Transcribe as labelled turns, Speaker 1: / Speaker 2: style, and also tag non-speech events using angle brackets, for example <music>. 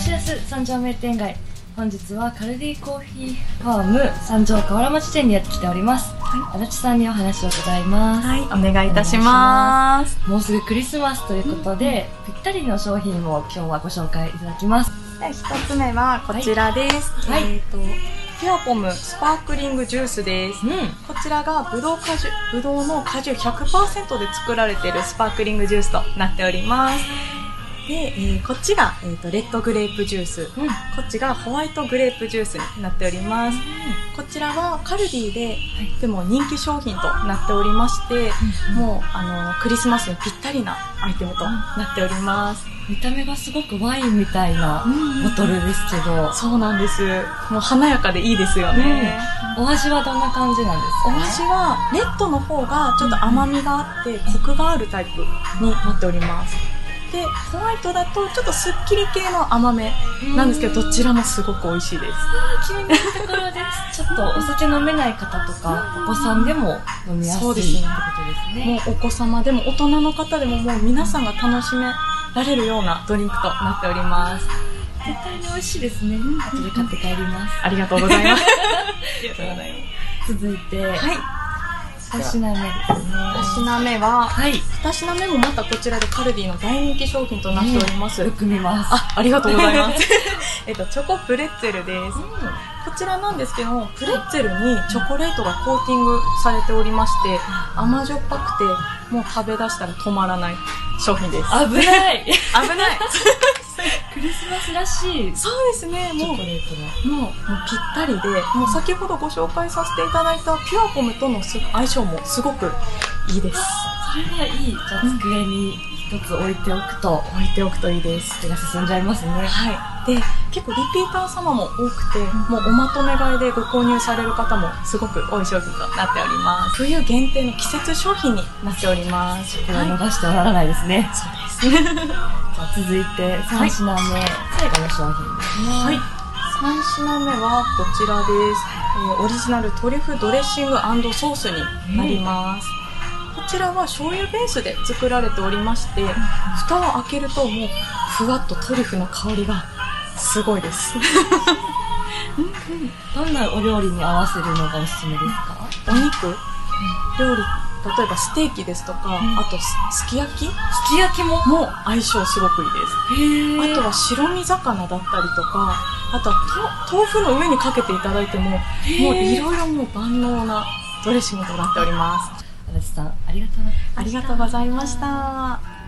Speaker 1: しやす三条名店街本日はカルディコーヒーファーム三条河原町店にやってきております、
Speaker 2: は
Speaker 1: 足立さんにお話を伺います、
Speaker 2: はい、お願いいたします。
Speaker 1: もうすぐクリスマスということで、ぴったりの商品も今日はご紹介いただきます
Speaker 2: で一つ目はこちらです。
Speaker 1: はい
Speaker 2: えっ、と、ピュアポムスパークリングジュースです。
Speaker 1: うん
Speaker 2: こちらがブドウ果汁、ブドウの果汁100%で作られているスパークリングジュースとなっております。で、えーこっちが、えーとレッドグレープジュース、こ
Speaker 1: うん
Speaker 2: っちがホワイトグレープジュースになっております。こちらはカルディで、でも人気商品となっておりまして、
Speaker 1: も
Speaker 2: もうあのクリスマスにぴったりなアイテムとなっております。
Speaker 1: う見た目がすごくワインみたいなボトルですけど、
Speaker 2: そうなんです。もう華やかでいいですよね。
Speaker 1: お味はどんな感じなんですか
Speaker 2: お味はレッドの方がちょっと甘みがあってコクがあるタイプになっております。で、ホワイトだとちょっとスッキリ系の甘めなんですけど、どちらもすごく美味しいです。
Speaker 1: 急にところです。ちょっとお酒飲めない方とか、お子さんでも飲みやすい
Speaker 2: そうですね
Speaker 1: ってことです
Speaker 2: も
Speaker 1: ね。
Speaker 2: うお子様でも大人の方でももう皆さんが楽しめられるようなドリンクとなっております。
Speaker 1: 絶対に美味しいですね。後で買って帰ります。
Speaker 2: ありがとうございます。ありがとうござい
Speaker 1: 続いて、
Speaker 2: ます。は
Speaker 1: 二品目ですね。
Speaker 2: い。2品目は、
Speaker 1: はい。
Speaker 2: 2品目もまたこちらでカルディの大人気商品となっております。
Speaker 1: よく見ます。
Speaker 2: あ、ありがとうございます。 <laughs> えっと、チョコプレッツェルです。こ
Speaker 1: う
Speaker 2: ちらなんですけども、プレッツェルにチョコレートがコーティングされておりまして、甘じょっぱくて、もう食べ出したら止まらない商品です。
Speaker 1: ん危ない。
Speaker 2: 危ない
Speaker 1: クリスマスらしい。
Speaker 2: <laughs> そうですね、もう、もう、
Speaker 1: レートが。
Speaker 2: もうぴったりで、もう先ほどご紹介させていただいたピュアコムとのす相性もすごくいいです。
Speaker 1: それがいい。じゃあ机に一つ置いておくと、
Speaker 2: 置いておくといいです。
Speaker 1: 手が進んじゃいますね。
Speaker 2: はい。で、結構リピーター様も多くて、もうおまとめ買いでご購入される方もすごく多い商品となっております。冬限定の季節商品になっております。
Speaker 1: これは
Speaker 2: はい
Speaker 1: 逃してはならないですね。
Speaker 2: そうです。
Speaker 1: じゃあ続いて、3品目、最後の商品ですね。
Speaker 2: はい。3品目はこちらです、えーオリジナルトリュフドレッシングソースになります、こちらは醤油ベースで作られておりまして、蓋を開けるともうふわっとトリュフの香りがすごいです
Speaker 1: どんなお料理に合わせるのがおすすめですか
Speaker 2: お肉、料理例えばステーキですとか、
Speaker 1: うん
Speaker 2: あとすすき焼き
Speaker 1: すき焼きもへ
Speaker 2: も相性すごくいいです、
Speaker 1: ー
Speaker 2: あとは白身魚だったりとかあとはと豆腐の上にかけていただいてももういろいろもう万能なドレッシングとなっております
Speaker 1: 足立さんありがとうございました
Speaker 2: ありがとうございました